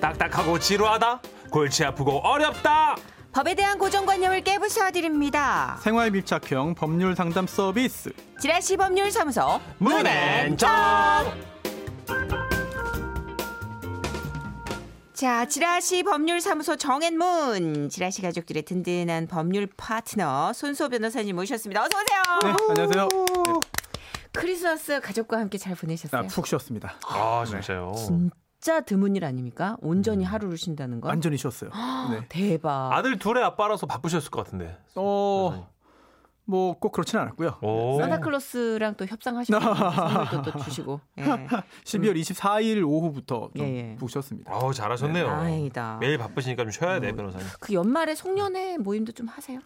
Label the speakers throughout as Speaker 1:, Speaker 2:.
Speaker 1: 딱딱하고 지루하다? 골치 아프고 어렵다?
Speaker 2: 법에 대한 고정관념을 깨부숴 드립니다.
Speaker 3: 생활 밀착형 법률 상담 서비스. 네,
Speaker 2: 지라시 법률사무소
Speaker 1: 문앤정
Speaker 2: 자, 지라시 법률사무소 정앤문 지라시 가족들의 든든한 법률 파트너 손수호 변호사님 모셨습니다. 어서 오세요.
Speaker 3: 네, 안녕하세요. 네,
Speaker 2: 크리스마스 가족과 함께 잘
Speaker 3: 아,
Speaker 2: 보내셨어요?
Speaker 3: 푹 쉬었습니다.
Speaker 1: 아 진짜요
Speaker 2: 진짜 드문 일 아닙니까? 온전히 하루를 쉰다는 건
Speaker 3: 음. 완전히 쉬었어요.
Speaker 2: 아,
Speaker 3: 네.
Speaker 2: 대박.
Speaker 1: 아들 둘의 아빠라서 바쁘셨을 것 같은데
Speaker 3: 어, 뭐 꼭 그렇진 않았고요. 네.
Speaker 1: 오.
Speaker 2: 산타클로스랑 또 협상하시고 선물도 또 주시고. 예.
Speaker 3: 네. 12월 24일 오후부터 좀
Speaker 2: 예, 예.
Speaker 3: 푹 쉬었습니다.
Speaker 1: 아우 잘하셨네요
Speaker 2: 다행이다.
Speaker 1: 매일 바쁘시니까 좀 쉬어야 돼 변호사님
Speaker 2: 그 연말에 송년회 모임도 좀 하세요?
Speaker 3: 네.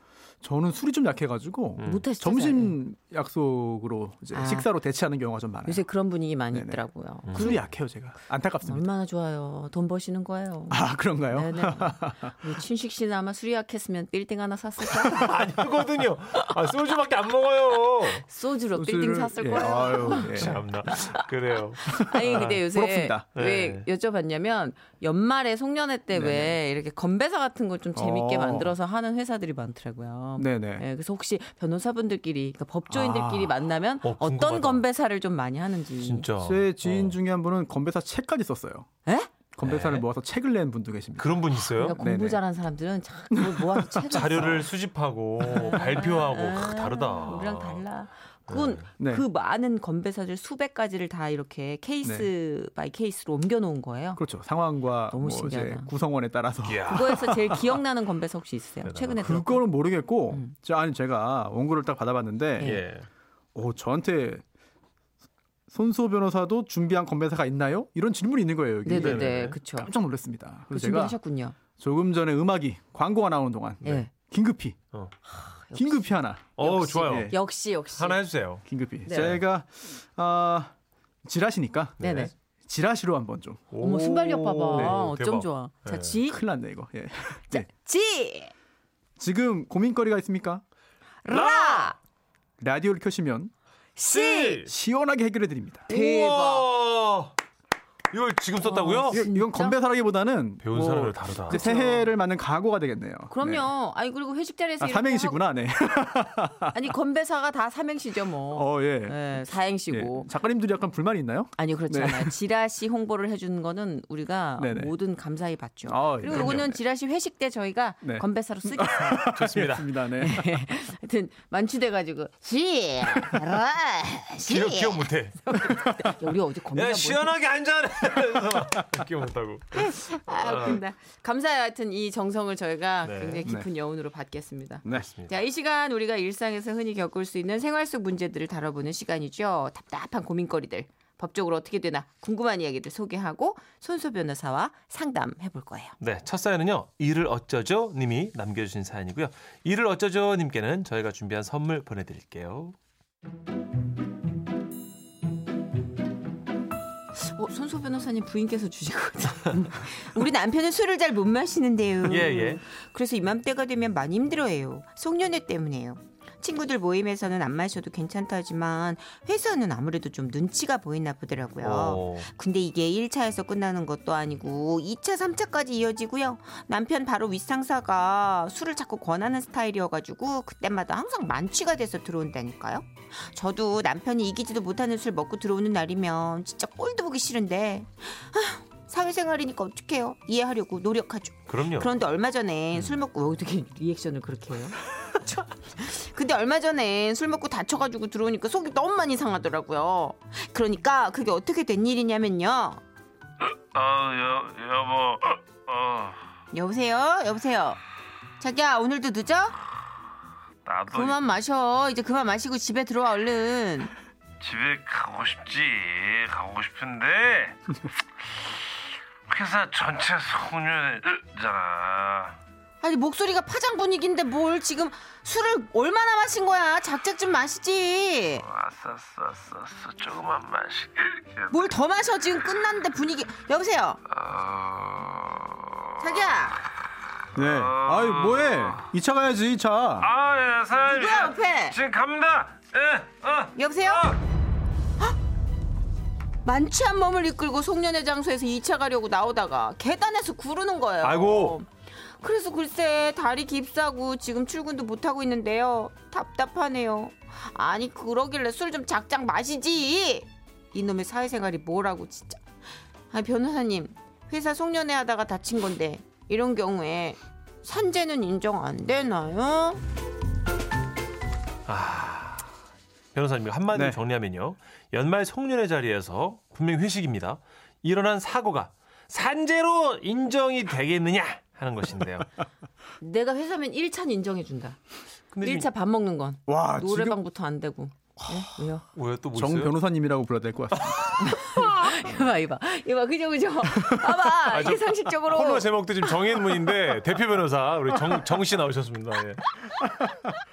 Speaker 3: 저는 술이 좀 약해가지고
Speaker 1: 음.
Speaker 2: 못하시죠?
Speaker 3: 점심 약속으로 이제
Speaker 2: 아.
Speaker 3: 식사로 대체하는 경우가 좀 많아요.
Speaker 2: 요새 그런 분위기 많이
Speaker 3: 네네.
Speaker 2: 있더라고요.
Speaker 3: 술이 약해요 제가. 안타깝습니다.
Speaker 2: 얼마나 좋아요. 돈 버시는 거예요.
Speaker 3: 아 그런가요?
Speaker 2: 음. 네네. 우리 춘식 씨는 아마 수리약했으면 빌딩 하나 샀을 거예요.
Speaker 1: 아니거든요 아 소주밖에 안 먹어요
Speaker 2: 소주로
Speaker 3: 술을-
Speaker 2: 빌딩 샀을
Speaker 3: 예,
Speaker 2: 거예요.
Speaker 3: 아유, 예.
Speaker 1: 참나 그래요
Speaker 2: 아니 근데 요새
Speaker 3: 부럽습니다.
Speaker 2: 왜 여쭤봤냐면 연말에 송년회 때 왜 이렇게 건배사 같은 걸 좀 재밌게
Speaker 3: 어.
Speaker 2: 만들어서 하는 회사들이 많더라고요.
Speaker 3: 네네.
Speaker 2: 예, 그래서 혹시 변호사분들끼리 그러니까 법조인들끼리
Speaker 3: 아.
Speaker 2: 만나면
Speaker 1: 어,
Speaker 2: 어, 떤
Speaker 1: 궁금하다.
Speaker 2: 건배사를 좀 많이 하는지.
Speaker 1: 진짜
Speaker 3: 제 지인
Speaker 1: 어.
Speaker 3: 중에 한 분은 건배사 책까지 썼어요.
Speaker 2: 에?
Speaker 3: 건배사를 모아서 책을 낸 분도 계십니다.
Speaker 1: 그런 분 있어요
Speaker 2: 그러니까 공부
Speaker 3: 네네.
Speaker 2: 잘하는 사람들은 참 그걸 모아서 책을
Speaker 1: 자료를 수집하고 발표하고 크, 다르다.
Speaker 2: 음. 아, 우리랑 달라. 그건
Speaker 3: 네.
Speaker 2: 그 많은 건배사들 수백 가지를 다 이렇게 케이스 바이 케이스로 옮겨놓은 거예요.
Speaker 3: 네. 그렇죠. 상황과
Speaker 2: 너무
Speaker 3: 뭐 이제
Speaker 2: 신기하다.
Speaker 3: 구성원에 따라서
Speaker 1: 이야.
Speaker 2: 그거에서 제일 기억나는 건배사 혹시 있으세요? 최근에 들었고.
Speaker 3: 그거는 모르겠고
Speaker 2: 음.
Speaker 3: 저, 아니 제가 원고를 딱 받아봤는데
Speaker 1: 예.
Speaker 3: 오, 저한테 손수호 변호사도 준비한 건배사가 있나요? 이런 질문이 있는 거예요. 여기.
Speaker 2: 네네네, 그쵸.
Speaker 3: 깜짝 놀랐습니다.
Speaker 2: 그
Speaker 3: 그래서 제가
Speaker 2: 준비하셨군요.
Speaker 3: 조금 전에 음악이 광고가 네. 나오는 동안
Speaker 2: 예.
Speaker 3: 긴급히
Speaker 1: 어.
Speaker 3: 긴급히 하나
Speaker 1: 어
Speaker 2: 역시.
Speaker 1: 좋아요.
Speaker 3: 예.
Speaker 2: 역시 역시.
Speaker 1: 하나 해주세요.
Speaker 3: 긴급히
Speaker 2: 네.
Speaker 3: 제가 아 지라시니까
Speaker 2: 네네.
Speaker 3: 지라시로 한번 좀
Speaker 2: 어머 순발력 봐봐.
Speaker 1: 네,
Speaker 2: 어쩜
Speaker 1: 대박.
Speaker 2: 좋아. 자
Speaker 1: 네.
Speaker 2: 지.
Speaker 3: 큰일 났네 이거. 예.
Speaker 2: 자,
Speaker 3: 네.
Speaker 2: 지.
Speaker 3: 지금 고민거리가 있습니까?
Speaker 2: 라.
Speaker 3: 라디오를 켜시면
Speaker 2: 씨.
Speaker 3: 시원하게 해결해 드립니다.
Speaker 2: 대박.
Speaker 1: 우와. 이걸 지금 썼다고요?
Speaker 2: 예.
Speaker 3: 이건
Speaker 2: 진짜?
Speaker 3: 건배사라기보다는
Speaker 1: 배운
Speaker 3: 뭐
Speaker 1: 사람을 다르다.
Speaker 3: 이제 새해를 맞는 각오가 되겠네요. 네.
Speaker 2: 그럼요. 아니 그리고 회식 자리에서
Speaker 3: 아,
Speaker 2: 이렇게
Speaker 3: 삼행시구나. 네.
Speaker 2: 하고- 아니 건배사가 다 삼행시죠 뭐.
Speaker 3: 어, 예.
Speaker 2: 예,
Speaker 3: 예.
Speaker 2: 사행시고.
Speaker 3: 작가님들이 약간 불만이 있나요?
Speaker 2: 아니요 그렇지
Speaker 3: 네.
Speaker 2: 않아요. 지라시 홍보를 해주는 거는 우리가
Speaker 3: 네네.
Speaker 2: 모든 감사히 받죠.
Speaker 3: 아, 예,
Speaker 2: 그리고
Speaker 3: 그럼요.
Speaker 2: 이거는 지라시 회식 때 저희가
Speaker 3: 네.
Speaker 2: 건배사로 쓰겠어요.
Speaker 1: 좋습니다.
Speaker 3: 알겠습니다. 네.
Speaker 2: 하여튼 만취돼가지고 시, 라, 시.
Speaker 1: 기억 기억 못해.
Speaker 2: 야, 우리 어제 건배사
Speaker 1: 야
Speaker 2: 뭐
Speaker 1: 시원하게 한잔. 기억 못하고.
Speaker 2: 아, 웃긴다. 감사해요. 하여튼 이 정성을 저희가
Speaker 1: 네.
Speaker 2: 굉장히 깊은 여운으로 받겠습니다.
Speaker 3: 네.
Speaker 2: 자, 이 시간 우리가 일상에서 흔히 겪을 수 있는 생활 속 문제들을 다뤄보는 시간이죠. 답답한 고민거리들. 법적으로 어떻게 되나 궁금한 이야기들 소개하고 손소 변호사와 상담해 볼 거예요.
Speaker 1: 네, 첫 사연은요. 일을 어쩌죠? 님이 남겨주신 사연이고요. 일을 어쩌죠? 님께는 저희가 준비한 선물 보내드릴게요.
Speaker 2: 어, 손소 변호사님 부인께서 주신 거죠. 우리 남편은 술을 잘 못 마시는데요.
Speaker 1: 예, 예.
Speaker 2: 그래서 이맘때가 되면 많이 힘들어해요. 송년회 때문에요. 친구들 모임에서는 안 마셔도 괜찮다지만 회사는 아무래도 좀 눈치가 보이나 보더라고요.
Speaker 1: 오.
Speaker 2: 근데 이게 1차에서 끝나는 것도 아니고 2차, 3차까지 이어지고요. 남편 바로 윗상사가 술을 자꾸 권하는 스타일이어가지고 그때마다 항상 만취가 돼서 들어온다니까요. 저도 남편이 이기지도 못하는 술 먹고 들어오는 날이면 진짜 꼴도 보기 싫은데 아, 사회생활이니까 어떡해요. 이해하려고 노력하죠.
Speaker 1: 그럼요.
Speaker 2: 그런데 얼마 전에 술 먹고 어떻게 리액션을 그렇게 해요? 근데 얼마 전에 술 먹고 다쳐가지고 들어오니까 속이 너무 많이 상하더라고요. 그러니까 그게 어떻게 된 일이냐면요.
Speaker 4: 아, 여, 여보. 어,
Speaker 2: 여보세요, 여보세요. 자기야 오늘도 늦어?
Speaker 4: 나도
Speaker 2: 그만 마셔. 이제 그만 마시고 집에 들어와 얼른.
Speaker 4: 집에 가고 싶지. 가고 싶은데. 회사 전체 송년회잖아.
Speaker 2: 아니 목소리가 파장 분위기인데 뭘 지금 술을 얼마나 마신 거야? 작작 좀 마시지.
Speaker 4: 아싸, 아싸, 아싸, 아싸. 조금만 마실게.
Speaker 2: 뭘 더 마셔 지금 끝났는데 분위기. 여보세요,
Speaker 4: 어...
Speaker 2: 자기야.
Speaker 3: 네. 아유, 뭐해? 2차 가야지, 2차.
Speaker 4: 아, 예, 사장님.
Speaker 2: 누구야,
Speaker 4: 예,
Speaker 2: 옆에?
Speaker 4: 지금 갑니다. 예, 어.
Speaker 2: 여보세요?
Speaker 4: 어.
Speaker 2: 만취한 몸을 이끌고 송년회 장소에서 2차 가려고 나오다가 계단에서 구르는 거예요.
Speaker 1: 아이고.
Speaker 2: 그래서 글쎄 다리 깁싸고 지금 출근도 못 하고 있는데요. 답답하네요. 아니 그러길래 술 좀 작작 마시지. 이놈의 사회생활이 뭐라고 진짜. 아 변호사님 회사 송년회 하다가 다친 건데 이런 경우에 산재는 인정 안 되나요?
Speaker 1: 변호사님 한마디로
Speaker 3: 네.
Speaker 1: 정리하면요. 연말 송년회 자리에서 분명 회식입니다. 일어난 사고가 산재로 인정이 되겠느냐 하는 것인데요.
Speaker 2: 내가 회사면 1차는 인정해준다.
Speaker 1: 근데 지금
Speaker 2: 1차 밥 먹는 건
Speaker 1: 아,
Speaker 3: 와 지금
Speaker 2: 노래방부터 안 되고. 예? 왜요?
Speaker 1: 왜요? 또뭐
Speaker 3: 정
Speaker 1: 있어요?
Speaker 3: 변호사님이라고 불러야 될 것 같습니다.
Speaker 2: 이봐 이봐 이봐 그죠 그죠 봐봐
Speaker 3: 아,
Speaker 2: 이게 상식적으로
Speaker 1: 코너 제목도 지금 정혜문인데 대표 변호사 우리 정정씨 나오셨습니다. 예.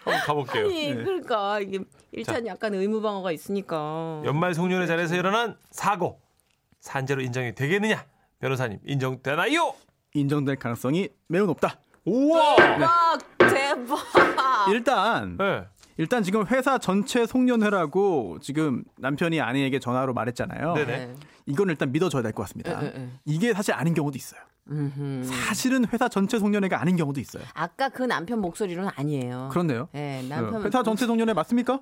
Speaker 1: 한번 가볼게요.
Speaker 2: 아니
Speaker 3: 네.
Speaker 2: 그러니까 이게 일차는 약간 의무방어가 있으니까
Speaker 1: 연말 송년회 자리에서 일어난 사고 산재로 인정이 되겠느냐? 변호사님 인정되나요?
Speaker 3: 인정될 가능성이 매우 높다.
Speaker 1: 우와.
Speaker 2: 와 대박
Speaker 3: 일단
Speaker 1: 네.
Speaker 3: 일단 지금 회사 전체 송년회라고 지금 남편이 아내에게 전화로 말했잖아요.
Speaker 1: 네네.
Speaker 2: 네.
Speaker 3: 이건 일단 믿어줘야 될 것 같습니다.
Speaker 2: 에, 에, 에.
Speaker 3: 이게 사실 아닌 경우도 있어요.
Speaker 2: 음흠.
Speaker 3: 사실은 회사 전체 송년회가 아닌 경우도 있어요.
Speaker 2: 아까 그 남편 목소리로는 아니에요
Speaker 3: 그렇네요.
Speaker 2: 네, 남편
Speaker 3: 회사 전체 송년회 맞습니까?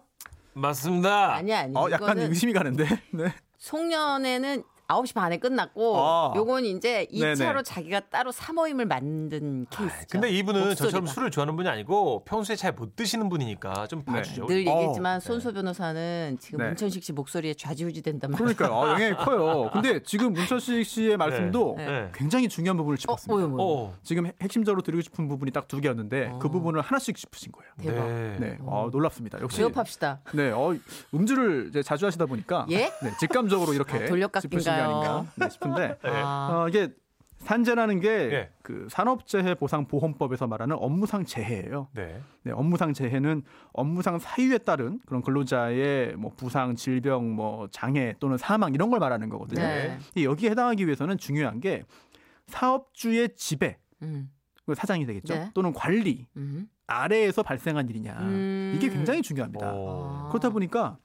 Speaker 1: 맞습니다.
Speaker 2: 아니야 아니
Speaker 3: 어, 약간
Speaker 2: 이거는
Speaker 3: 의심이 가는데. 네.
Speaker 2: 송년회는 9시 반에 끝났고
Speaker 3: 아.
Speaker 2: 요건 이제
Speaker 3: 네네.
Speaker 2: 2차로 자기가 따로 사모임을 만든 케이스죠
Speaker 1: 근데 이분은 저처럼
Speaker 2: 목소리가.
Speaker 1: 술을 좋아하는 분이 아니고 평소에 잘 못 드시는 분이니까 좀 봐주죠.
Speaker 2: 네. 늘
Speaker 3: 어,
Speaker 2: 얘기했지만 손소 변호사는 지금
Speaker 3: 네.
Speaker 2: 문천식 씨 목소리에 좌지우지 된단 말이에요
Speaker 3: 그러니까요. 아, 영향이 커요. 근데 지금 문철식 씨의 말씀도
Speaker 2: 네.
Speaker 1: 네.
Speaker 3: 굉장히 중요한 부분을
Speaker 2: 어, 뭐요
Speaker 3: 짚었습니다.
Speaker 2: 뭐요
Speaker 1: 어.
Speaker 3: 지금 핵- 핵심적으로 드리고 싶은 부분이 딱 두 개였는데
Speaker 2: 어.
Speaker 3: 그 부분을 하나씩 짚으신 거예요.
Speaker 2: 대박
Speaker 1: 네.
Speaker 3: 네, 어, 놀랍습니다. 역시
Speaker 2: 개업합시다
Speaker 3: 네, 어, 음주를 이제 자주 하시다 보니까
Speaker 2: 예?
Speaker 3: 네, 직감적으로 이렇게
Speaker 2: 아, 돌려깎기인가요?
Speaker 3: 짚으신 게 아닌가 네, 싶은데
Speaker 2: 아.
Speaker 3: 어, 이게 산재라는 게 그
Speaker 1: 예.
Speaker 3: 산업재해 보상 보험법에서 말하는 업무상 재해예요.
Speaker 1: 네.
Speaker 3: 네, 업무상 재해는 업무상 사유에 따른 그런 근로자의 뭐 부상, 질병, 뭐 장애 또는 사망 이런 걸 말하는 거거든요.
Speaker 2: 네.
Speaker 3: 근데 여기에 해당하기 위해서는 중요한 게 사업주의 지배,
Speaker 2: 음.
Speaker 3: 그 사장이 되겠죠.
Speaker 2: 네.
Speaker 3: 또는 관리
Speaker 2: 음.
Speaker 3: 아래에서 발생한 일이냐.
Speaker 2: 음. 아,
Speaker 3: 이게 굉장히 중요합니다.
Speaker 1: 어.
Speaker 3: 그렇다 보니까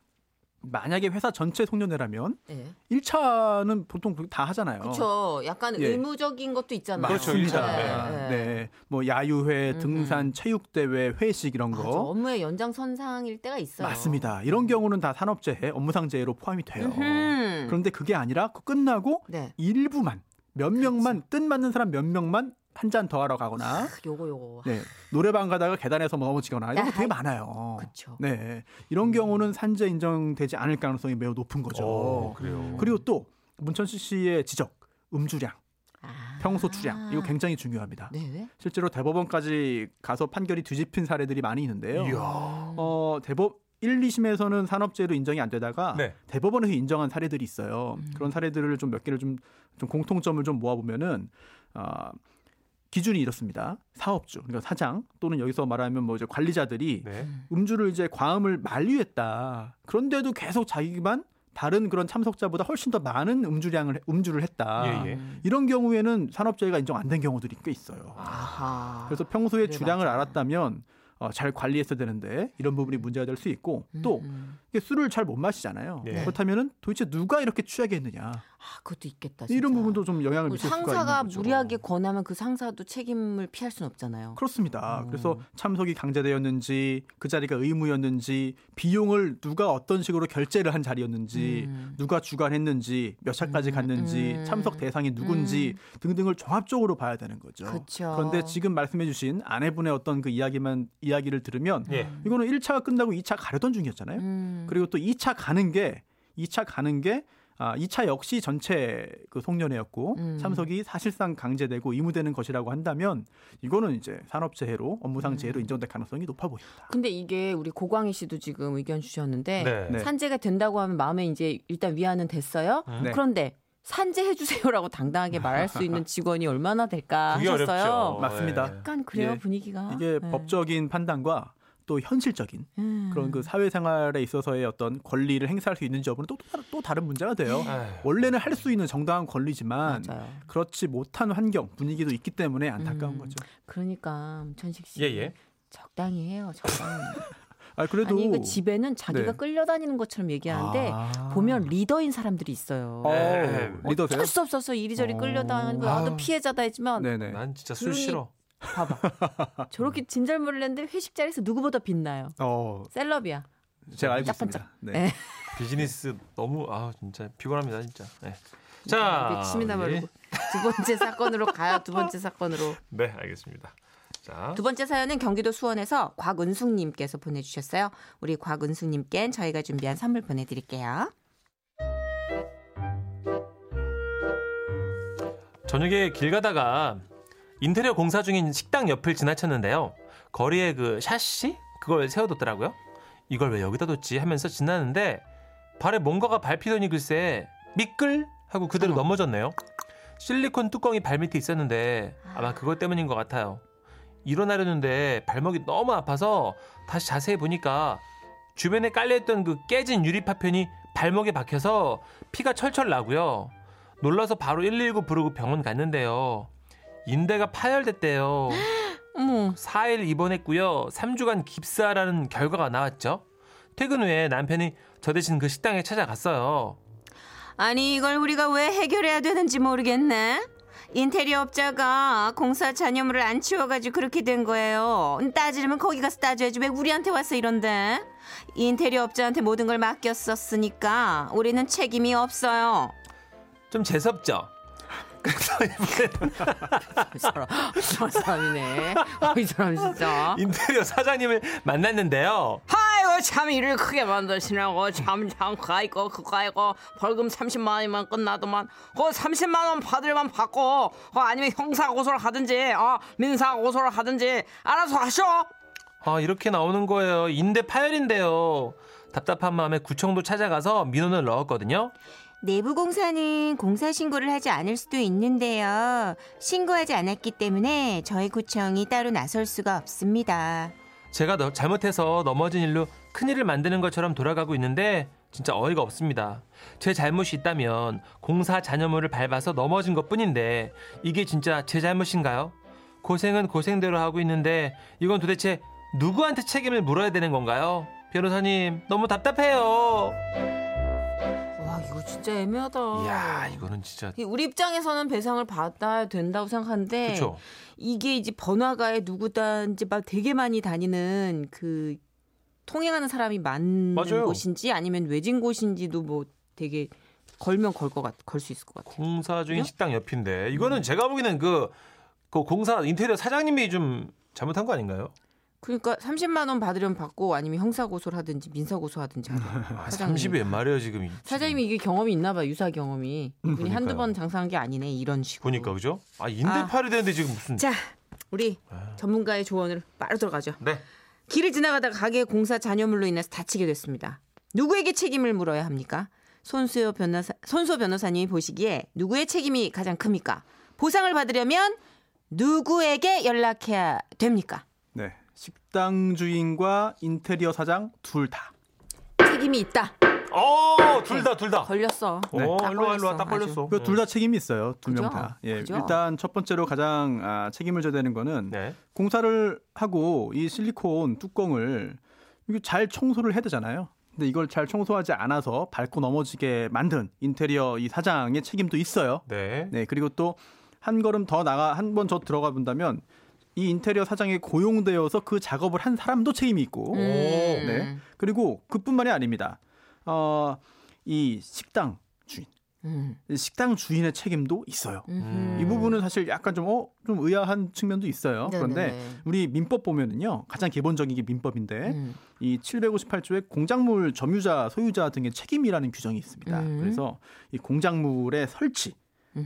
Speaker 3: 만약에 회사 전체 송년회라면
Speaker 2: 네.
Speaker 3: 1차는 보통 그렇게 다 하잖아요.
Speaker 2: 그렇죠. 약간
Speaker 3: 어. 예.
Speaker 2: 의무적인 것도 있잖아요.
Speaker 1: 그렇죠, 일차.
Speaker 3: 맞습니다. 네, 뭐 야유회, 등산, 체육대회, 회식 이런
Speaker 2: 음, 맞아, 그렇죠.
Speaker 3: 거.
Speaker 2: 업무의 연장선상일 때가 있어요.
Speaker 3: 맞습니다. 이런 경우는 다 산업재해, 업무상재해로 포함이 돼요.
Speaker 2: 음. 음흠.
Speaker 3: 어. 그런데 그게 아니라 그 끝나고
Speaker 2: 네.
Speaker 3: 일부만 몇 명만 뜻 맞는 사람 몇 명만 한 잔 더 하러 가거나
Speaker 2: 크, 그 요거 요거.
Speaker 3: 네, 노래방 가다가 계단에서 뭐 넘어지거나 이런 거 되게
Speaker 2: 아이,
Speaker 3: 많아요.
Speaker 2: 그쵸. 음.
Speaker 3: 네, 이런 경우는 산재 인정되지 않을 가능성이 매우 높은 거죠.
Speaker 1: 어, 그래요.
Speaker 3: 그리고 또 문천수 씨의 지적, 음주량,
Speaker 2: 아.
Speaker 3: 평소 주량 이거 굉장히 중요합니다.
Speaker 2: 네.
Speaker 3: 실제로 대법원까지 가서 판결이 뒤집힌 사례들이 많이 있는데요.
Speaker 1: 이야.
Speaker 3: 어, 대법 1, 2심에서는 산업재해로 인정이 안 되다가
Speaker 1: 네.
Speaker 3: 대법원에서 인정한 사례들이 있어요. 그런 사례들을 좀 몇 개를 좀, 좀 공통점을 좀 모아보면은 아 기준이 이렇습니다. 사업주, 그러니까 사장 또는 여기서 말하면 뭐 이제 관리자들이
Speaker 1: 네.
Speaker 3: 음주를 이제 과음을 만류했다. 그런데도 계속 자기만 다른 그런 참석자보다 훨씬 더 많은 음주량을 음주를 했다.
Speaker 2: 아.
Speaker 1: 예, 예.
Speaker 3: 이런 경우에는 산업재해가 인정 안 된 경우들이 꽤 있어요.
Speaker 2: 아하.
Speaker 3: 그래서 평소에
Speaker 2: 그래, 네,
Speaker 3: 주량을
Speaker 2: 맞아요.
Speaker 3: 알았다면 어, 잘 관리했어야 되는데 이런 부분이 문제가 될 수 있고
Speaker 2: 음,
Speaker 3: 또
Speaker 2: 음.
Speaker 3: 이게 술을 잘 못 마시잖아요.
Speaker 1: 네.
Speaker 3: 그렇다면은 도대체 누가 이렇게 취하게 했느냐 네,
Speaker 2: 아, 그것도 있겠다. 진짜.
Speaker 3: 이런 부분도 좀 영향을
Speaker 2: 뭐
Speaker 3: 미칠 수가 있는 거죠.
Speaker 2: 상사가 무리하게 권하면 그 상사도 책임을 피할 순 없잖아요.
Speaker 3: 그렇습니다.
Speaker 2: 음.
Speaker 3: 그래서 참석이 강제되었는지 그 자리가 의무였는지 비용을 누가 어떤 식으로 결제를 한 자리였는지
Speaker 2: 음.
Speaker 3: 누가 주관했는지 몇 차까지
Speaker 2: 음,
Speaker 3: 갔는지
Speaker 2: 음.
Speaker 3: 참석 대상이 누군지 등등을 종합적으로 봐야 되는 거죠.
Speaker 2: 그쵸.
Speaker 3: 그렇죠. 그런데 지금 말씀해주신 아내분의 어떤 그 이야기만 이야기를 들으면
Speaker 1: 예.
Speaker 3: 이거는 1차가 끝나고 2차 가려던 중이었잖아요.
Speaker 2: 음.
Speaker 3: 그리고 또 2차 가는 게 2차 가는 게 아, 2차 역시 전체 그 송년회였고
Speaker 2: 음.
Speaker 3: 참석이 사실상 강제되고 의무되는 것이라고 한다면 이거는 이제 산업재해로 업무상
Speaker 2: 음.
Speaker 3: 재해로 인정될 가능성이 높아 보입니다.
Speaker 2: 근데 이게 우리 고광희 씨도 지금 의견 주셨는데
Speaker 1: 네.
Speaker 3: 네.
Speaker 2: 산재가 된다고 하면 마음에 이제 일단 위안은 됐어요.
Speaker 1: 음.
Speaker 3: 네.
Speaker 2: 그런데 산재해 주세요라고 당당하게 말할 수 있는 직원이 얼마나 될까
Speaker 1: 그게
Speaker 2: 아, 하셨어요.
Speaker 1: 어렵죠.
Speaker 3: 맞습니다.
Speaker 1: 예.
Speaker 2: 약간 그래요
Speaker 3: 예.
Speaker 2: 분위기가.
Speaker 3: 이게
Speaker 2: 네.
Speaker 3: 법적인 판단과 또 현실적인
Speaker 2: 음.
Speaker 3: 그런 그 사회생활에 있어서의 어떤 권리를 행사할 수 있는지 여부는 또, 다른- 또 다른 문제가 돼요.
Speaker 1: 예. 아유.
Speaker 3: 원래는 할 수 있는 정당한 권리지만
Speaker 2: 네. 맞아요.
Speaker 3: 그렇지 못한 환경 분위기도 있기 때문에 안타까운
Speaker 2: 음.
Speaker 3: 거죠.
Speaker 2: 그러니까 천식 씨
Speaker 1: 예, 예.
Speaker 2: 적당히 해요 적당히.
Speaker 3: 아 그래도
Speaker 5: 아니 그 집에는 자기가
Speaker 3: 네.
Speaker 5: 끌려다니는 것처럼 얘기하는데
Speaker 3: 아.
Speaker 5: 보면 리더인 사람들이 있어요.
Speaker 3: 어,
Speaker 1: 네.
Speaker 3: 리더세요?
Speaker 5: 어쩔 수 없어서 이리저리
Speaker 3: 어.
Speaker 5: 끌려다니고
Speaker 3: 아.
Speaker 5: 나도 피해자다 했지만
Speaker 3: 네네.
Speaker 1: 난 진짜 술
Speaker 5: 그러니-
Speaker 1: 싫어.
Speaker 5: 봐봐 저렇게 진절머리를 했는데 회식 자리에서 누구보다 빛나요.
Speaker 3: 어
Speaker 5: 셀럽이야.
Speaker 3: 제가 알고
Speaker 5: 짝반짝.
Speaker 3: 있습니다. 네.
Speaker 5: 네.
Speaker 1: 비즈니스 너무 아 진짜 피곤합니다 진짜. 네.
Speaker 5: 이게
Speaker 2: 어,
Speaker 1: 자, 예.
Speaker 5: 침이
Speaker 1: 우리-
Speaker 5: 나버리고 두 번째 사건으로 가요. 두 번째 사건으로.
Speaker 1: 네 알겠습니다. 자,
Speaker 2: 두 번째 사연은 경기도 수원에서 곽은숙님께서 보내주셨어요. 우리 곽은숙님께는 저희가 준비한 선물 보내드릴게요.
Speaker 1: 저녁에 길 가다가 인테리어 공사 중인 식당 옆을 지나쳤는데요. 거리에 그 샤시 그걸 세워뒀더라고요. 이걸 왜 여기다 뒀지 하면서 지나는데 발에 뭔가가 밟히더니 글쎄 미끌 하고 그대로 넘어졌네요. 실리콘 뚜껑이 발밑에 있었는데 아마 그것 때문인 것 같아요. 일어나려는데 발목이 너무 아파서 다시 자세히 보니까 주변에 깔려있던 그 깨진 유리 파편이 발목에 박혀서 피가 철철 나고요. 놀라서 바로 119 부르고 병원 갔는데요. 인대가 파열됐대요.
Speaker 5: 어머.
Speaker 1: 4일 입원했고요. 3주간 깁스하라는 결과가 나왔죠. 퇴근 후에 남편이 저 대신 그 식당에 찾아갔어요.
Speaker 2: 아니 이걸 우리가 왜 해결해야 되는지 모르겠네. 인테리어 업자가 공사 잔여물을 안 치워가지고 그렇게 된 거예요. 음, 따지려면 거기 가서 따져야지 왜 우리한테 와서 이런데? 인테리어 업자한테 모든 걸 맡겼었으니까 우리는 책임이 없어요.
Speaker 1: 좀 재수없죠? 그래서 이번에
Speaker 5: 이 사람, 이 사람이네. 어, 이 사람 진짜.
Speaker 1: 인테리어 사장님을 만났는데요.
Speaker 5: 아이고 참 일을 크게 만드시라고 참참 가이고 그가이고 벌금 30만 원이면 끝나더만 그 30만 원 받을만 받고 그 아니면 형사 고소를 하든지 어 민사 고소를 하든지 알아서 하셔.
Speaker 1: 아, 이렇게 나오는 거예요. 인대 파열인데요. 답답한 마음에 구청도 찾아가서 민원을 넣었거든요.
Speaker 2: 내부 공사는 공사 신고를 하지 않을 수도 있는데요. 신고하지 않았기 때문에 저희 구청이 따로 나설 수가 없습니다.
Speaker 1: 제가 너- 잘못해서 넘어진 일로 큰일을 만드는 것처럼 돌아가고 있는데 진짜 어이가 없습니다. 제 잘못이 있다면 공사 잔여물을 밟아서 넘어진 것뿐인데 이게 진짜 제 잘못인가요? 고생은 고생대로 하고 있는데 이건 도대체 누구한테 책임을 물어야 되는 건가요? 변호사님 너무 답답해요.
Speaker 5: 와 이거 진짜 애매하다.
Speaker 1: 이야 이거는 진짜
Speaker 5: 우리 입장에서는 배상을 받아야 된다고 생각하는데
Speaker 1: 그렇죠.
Speaker 5: 이게 이제 번화가에 누구든지 막 되게 많이 다니는 그 통행하는 사람이 많은
Speaker 1: 맞아요.
Speaker 5: 곳인지 아니면 외진 곳인지도 뭐 되게 걸면 걸 것 같, 걸 수 있을 것 같아요.
Speaker 1: 공사 중인
Speaker 5: 그죠? 음.
Speaker 1: 식당 옆인데 이거는 제가 보기에는 그, 그 공사 인테리어 사장님이 좀 잘못한 거 아닌가요?
Speaker 5: 그러니까 30만 원 받으려면 받고 아니면 형사 고소를 하든지 민사 고소하든지 하는
Speaker 1: 아,
Speaker 5: 사장님.
Speaker 1: 30이 웬 말이에요 지금.
Speaker 5: 사장님이 이게 경험이 있나 봐. 유사 경험이. 이분이
Speaker 1: 음, 그러니까요.
Speaker 5: 한두 번 장사한 게 아니네. 이런 식으로.
Speaker 1: 보니까 그죠? 아 인대
Speaker 5: 아.
Speaker 1: 팔이 되는데 지금 무슨?
Speaker 5: 자, 우리
Speaker 1: 아.
Speaker 5: 전문가의 조언을 바로 들어가죠.
Speaker 1: 네.
Speaker 5: 길을 지나가다가 가게 공사 잔여물로 인해서 다치게 됐습니다. 누구에게 책임을 물어야 합니까? 손수호 변호사 손수 변호사님이 보시기에 누구의 책임이 가장 큽니까? 보상을 받으려면 누구에게 연락해야 됩니까?
Speaker 3: 네. 식당 주인과 인테리어 사장 둘 다.
Speaker 5: 책임이 있다.
Speaker 1: 어둘 다 둘 다.
Speaker 5: 걸렸어.
Speaker 1: 어
Speaker 3: 네.
Speaker 5: 딱
Speaker 1: 일로 와 일로
Speaker 5: 걸렸어,
Speaker 1: 와딱 걸렸어.
Speaker 5: 아주.
Speaker 3: 그 둘 다 책임이 있어요. 두 명
Speaker 5: 음. 그죠?
Speaker 3: 다. 예.
Speaker 5: 그죠?
Speaker 3: 일단 첫 번째로 가장 아, 책임을 져야 되는 거는
Speaker 1: 네.
Speaker 3: 공사를 하고 이 실리콘 뚜껑을 이거 잘 청소를 해야 되잖아요. 근데 이걸 잘 청소하지 않아서 밟고 넘어지게 만든 인테리어 이 사장의 책임도 있어요.
Speaker 1: 네.
Speaker 3: 네, 그리고 또 한 걸음 더 나가 한 번 더 들어가 본다면 이 인테리어 사장에 고용되어서 그 작업을 한 사람도 책임이
Speaker 5: 음.
Speaker 3: 있고, 네, 그리고 그뿐만이 아닙니다. 어, 이 식당 주인,
Speaker 5: 음.
Speaker 3: 이 식당 주인의 책임도 있어요.
Speaker 5: 음.
Speaker 3: 이 부분은 사실 약간 좀 어, 좀 의아한 측면도 있어요. 그런데
Speaker 5: 네네네.
Speaker 3: 우리 민법 보면은요, 가장 기본적인 게 민법인데
Speaker 5: 음.
Speaker 3: 이 758조에 공작물 점유자, 소유자 등의 책임이라는 규정이 있습니다.
Speaker 5: 음.
Speaker 3: 그래서 이 공작물의 설치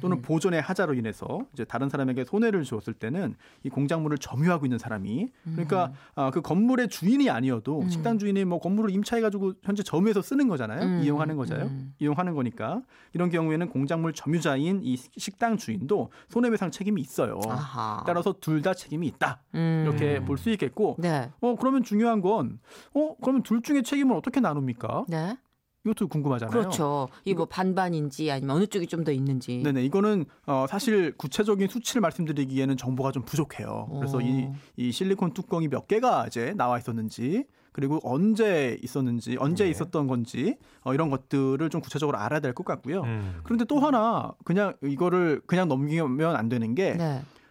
Speaker 3: 또는 보존의 하자로 인해서 이제 다른 사람에게 손해를 주었을 때는 이 공작물을 점유하고 있는 사람이
Speaker 5: 음.
Speaker 3: 그러니까 아, 그 건물의 주인이 아니어도 식당 주인이 뭐 건물을 임차해 가지고 현재 점유해서 쓰는 거잖아요.
Speaker 5: 음.
Speaker 3: 이용하는 거잖아요.
Speaker 5: 음.
Speaker 3: 이용하는 거니까 이런 경우에는 공작물 점유자인 이 식- 식당 주인도 손해배상 책임이 있어요.
Speaker 5: 아하.
Speaker 3: 따라서 둘 다 책임이 있다.
Speaker 5: 음.
Speaker 3: 이렇게 볼 수 있겠고
Speaker 5: 네.
Speaker 3: 어 그러면 중요한 건 어 그러면 둘 중에 책임을 어떻게 나눕니까?
Speaker 5: 네.
Speaker 3: 이것도 궁금하잖아요.
Speaker 5: 그렇죠. 이 뭐 반반인지 아니면 어느 쪽이 좀 더 있는지.
Speaker 3: 네네 이거는 어, 사실 구체적인 수치를 말씀드리기에는 정보가 좀 부족해요. 그래서
Speaker 5: 어.
Speaker 3: 이, 이 실리콘 뚜껑이 몇 개가 이제 나와 있었는지 그리고 언제 있었는지 언제
Speaker 1: 네.
Speaker 3: 있었던 건지 어, 이런 것들을 좀 구체적으로 알아야 될 것 같고요.
Speaker 1: 음.
Speaker 3: 그런데 또 하나 그냥 이거를 그냥 넘기면 안 되는 게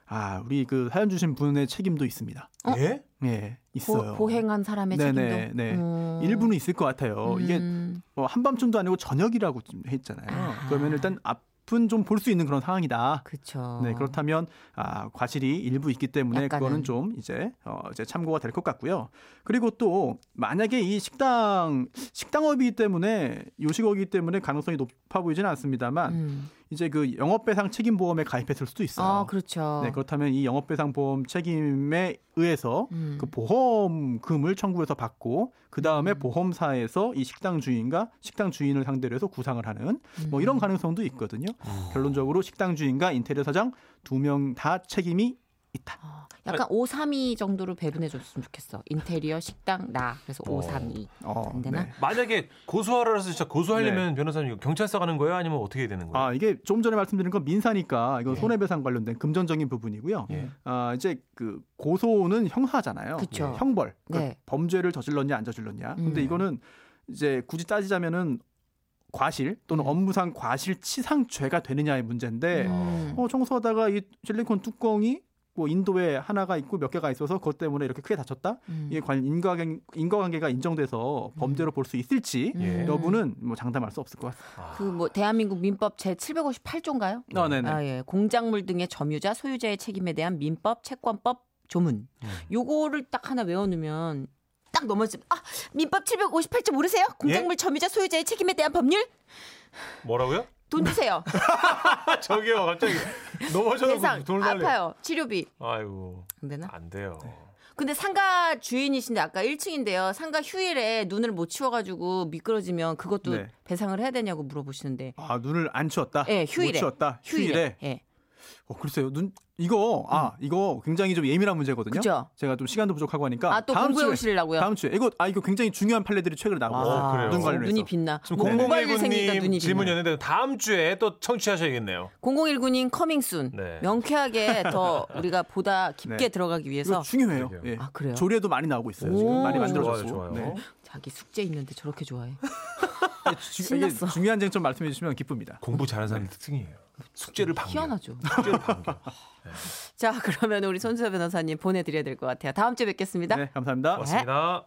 Speaker 3: 아
Speaker 5: 네.
Speaker 3: 우리 그 사연 주신 분의 책임도 있습니다.
Speaker 5: 어?
Speaker 1: 예?
Speaker 3: 예, 있어요.
Speaker 5: 고, 행한 사람의
Speaker 3: 네네,
Speaker 5: 책임도
Speaker 3: 네.
Speaker 5: 음.
Speaker 3: 일부는 있을 것 같아요. 이게
Speaker 5: 음.
Speaker 3: 뭐 한밤중도 아니고 저녁이라고 지금 했잖아요.
Speaker 5: 아.
Speaker 3: 그러면 일단 앞은 좀 볼 수 있는 그런 상황이다.
Speaker 5: 그쵸.
Speaker 3: 네 그렇다면 아, 과실이 일부 있기 때문에
Speaker 5: 어. 약간은.
Speaker 3: 그거는 좀 이제 어, 이제 참고가 될 것 같고요. 그리고 또 만약에 이 식당 식당업이기 때문에 요식업이기 때문에 가능성이 높아 보이지는 않습니다만
Speaker 5: 음.
Speaker 3: 이제 그 영업배상 책임 보험에 가입했을 수도 있어요.
Speaker 5: 아 그렇죠.
Speaker 3: 네 그렇다면 이 영업배상 보험 책임에 의해서
Speaker 5: 음.
Speaker 3: 그 보험금을 청구해서 받고 그 다음에 보험사에서 이 식당 주인과 식당 주인을 상대로 해서 구상을 하는 뭐 이런 가능성도 있거든요. 결론적으로 식당 주인과 인테리어 사장 두 명 다 책임이 있다.
Speaker 5: 아, 약간 5, 3, 2 정도로 배분해 줬으면 좋겠어. 인테리어, 식당, 나. 그래서
Speaker 1: 어.
Speaker 5: 5, 3, 2.
Speaker 3: 어,
Speaker 5: 안 되나?
Speaker 1: 만약에 고소하라서 진짜 고소하려면 변호사님 이거 경찰서 가는 거예요? 아니면 어떻게 해야
Speaker 5: 뭐.
Speaker 1: 되는 거예요?
Speaker 3: 아 이게 좀 전에 말씀드린 건 민사니까 이건
Speaker 1: 예.
Speaker 3: 손해배상 관련된 금전적인 부분이고요.
Speaker 1: 예.
Speaker 3: 아 이제 그 고소는 형사잖아요.
Speaker 5: 그쵸.
Speaker 3: 예, 형벌. 그러니까
Speaker 5: 네.
Speaker 3: 범죄를 저질렀냐 안 저질렀냐. 근데
Speaker 5: 음.
Speaker 3: 이거는 이제 굳이 따지자면은 과실 또는
Speaker 5: 음.
Speaker 3: 업무상 과실치상죄가 되느냐의
Speaker 1: 네.
Speaker 3: 문제인데
Speaker 5: 음.
Speaker 3: 어, 청소하다가 이 실리콘 뚜껑이 뭐 인도에 하나가 있고 몇 개가 있어서 그것 때문에 이렇게 크게 다쳤다.
Speaker 5: 음.
Speaker 3: 이게 관 인과관, 인과관계가 인정돼서 범죄로 볼 수 있을지
Speaker 1: 예.
Speaker 5: 음.
Speaker 3: 여부는 뭐 장담할 수 없을 것 같습니다.
Speaker 1: 아.
Speaker 5: 그 뭐 대한민국 민법 제 758조인가요?
Speaker 3: 아, 네네.
Speaker 5: 아, 예. 공작물 등의 점유자, 소유자의 책임에 대한 민법, 채권법 조문.
Speaker 1: 음.
Speaker 5: 요거를 딱 하나 외워 놓으면 딱 넘어지면 아, 민법 758조 모르세요? 공작물
Speaker 1: 예?
Speaker 5: 점유자, 소유자의 책임에 대한 법률?
Speaker 1: 뭐라고요?
Speaker 5: 돈 주세요.
Speaker 1: 아, 저기요 갑자기 넘어져서
Speaker 5: 대상
Speaker 1: 돈을 달래.
Speaker 5: 아파요. 네. 치료비.
Speaker 1: 아이고
Speaker 5: 안 되나?
Speaker 1: 안 돼요.
Speaker 5: 근데 상가 주인이신데 아까 1층인데요. 상가 휴일에 눈을 못 치워가지고 미끄러지면 그것도
Speaker 3: 네.
Speaker 5: 배상을 해야 되냐고 물어보시는데
Speaker 3: 아 눈을 안 치웠다.
Speaker 5: 예, 휴일에.
Speaker 3: 못 치웠다. 휴일에.
Speaker 5: 휴일에, 예,
Speaker 3: 어, 글쎄요. 눈 이거 아 이거 굉장히 좀 예민한 문제거든요.
Speaker 5: 그죠?
Speaker 3: 제가 좀 시간도 부족하고 하니까
Speaker 5: 아 또
Speaker 3: 다음
Speaker 5: 공부해
Speaker 3: 주에
Speaker 5: 오시려고요.
Speaker 3: 다음 주에 이거 아 이거 굉장히 중요한 판례들이 최근에 나오고
Speaker 1: 아,
Speaker 3: 있어요.
Speaker 1: 그래요?
Speaker 3: 눈 관련해서
Speaker 5: 눈이 빛나.
Speaker 1: 지금
Speaker 5: 뭐 모발도 생기니까 눈이
Speaker 1: 0019님
Speaker 5: 빛나.
Speaker 1: 질문이었는데 다음 주에 또 청취하셔야겠네요.
Speaker 5: 0019님 커밍순
Speaker 1: 네.
Speaker 5: 명쾌하게 더 우리가 보다 깊게
Speaker 3: 네.
Speaker 5: 들어가기
Speaker 3: 이거
Speaker 5: 위해서
Speaker 3: 중요해요.
Speaker 1: 그러게요.
Speaker 3: 예.
Speaker 5: 아, 그래요?
Speaker 3: 조례도 많이 나오고 있어요.
Speaker 5: 오.
Speaker 3: 지금 많이 만들어졌고.
Speaker 1: 좋아요, 좋아요.
Speaker 3: 네.
Speaker 5: 자기 숙제 있는데 저렇게 좋아해.
Speaker 3: 주- 이게
Speaker 5: 신났어.
Speaker 3: 중요한 쟁점 말씀해 주시면 기쁩니다.
Speaker 1: 공부 잘하는 사람이 특징이에요. 숙제를 방해.
Speaker 5: 희한하죠.
Speaker 1: 숙제를 방해.
Speaker 5: 자 그러면 우리 손수호 변호사님 보내드려야 될 것 같아요. 다음 주에 뵙겠습니다.
Speaker 1: 어,
Speaker 3: 네, 감사합니다.
Speaker 1: 고맙습니다.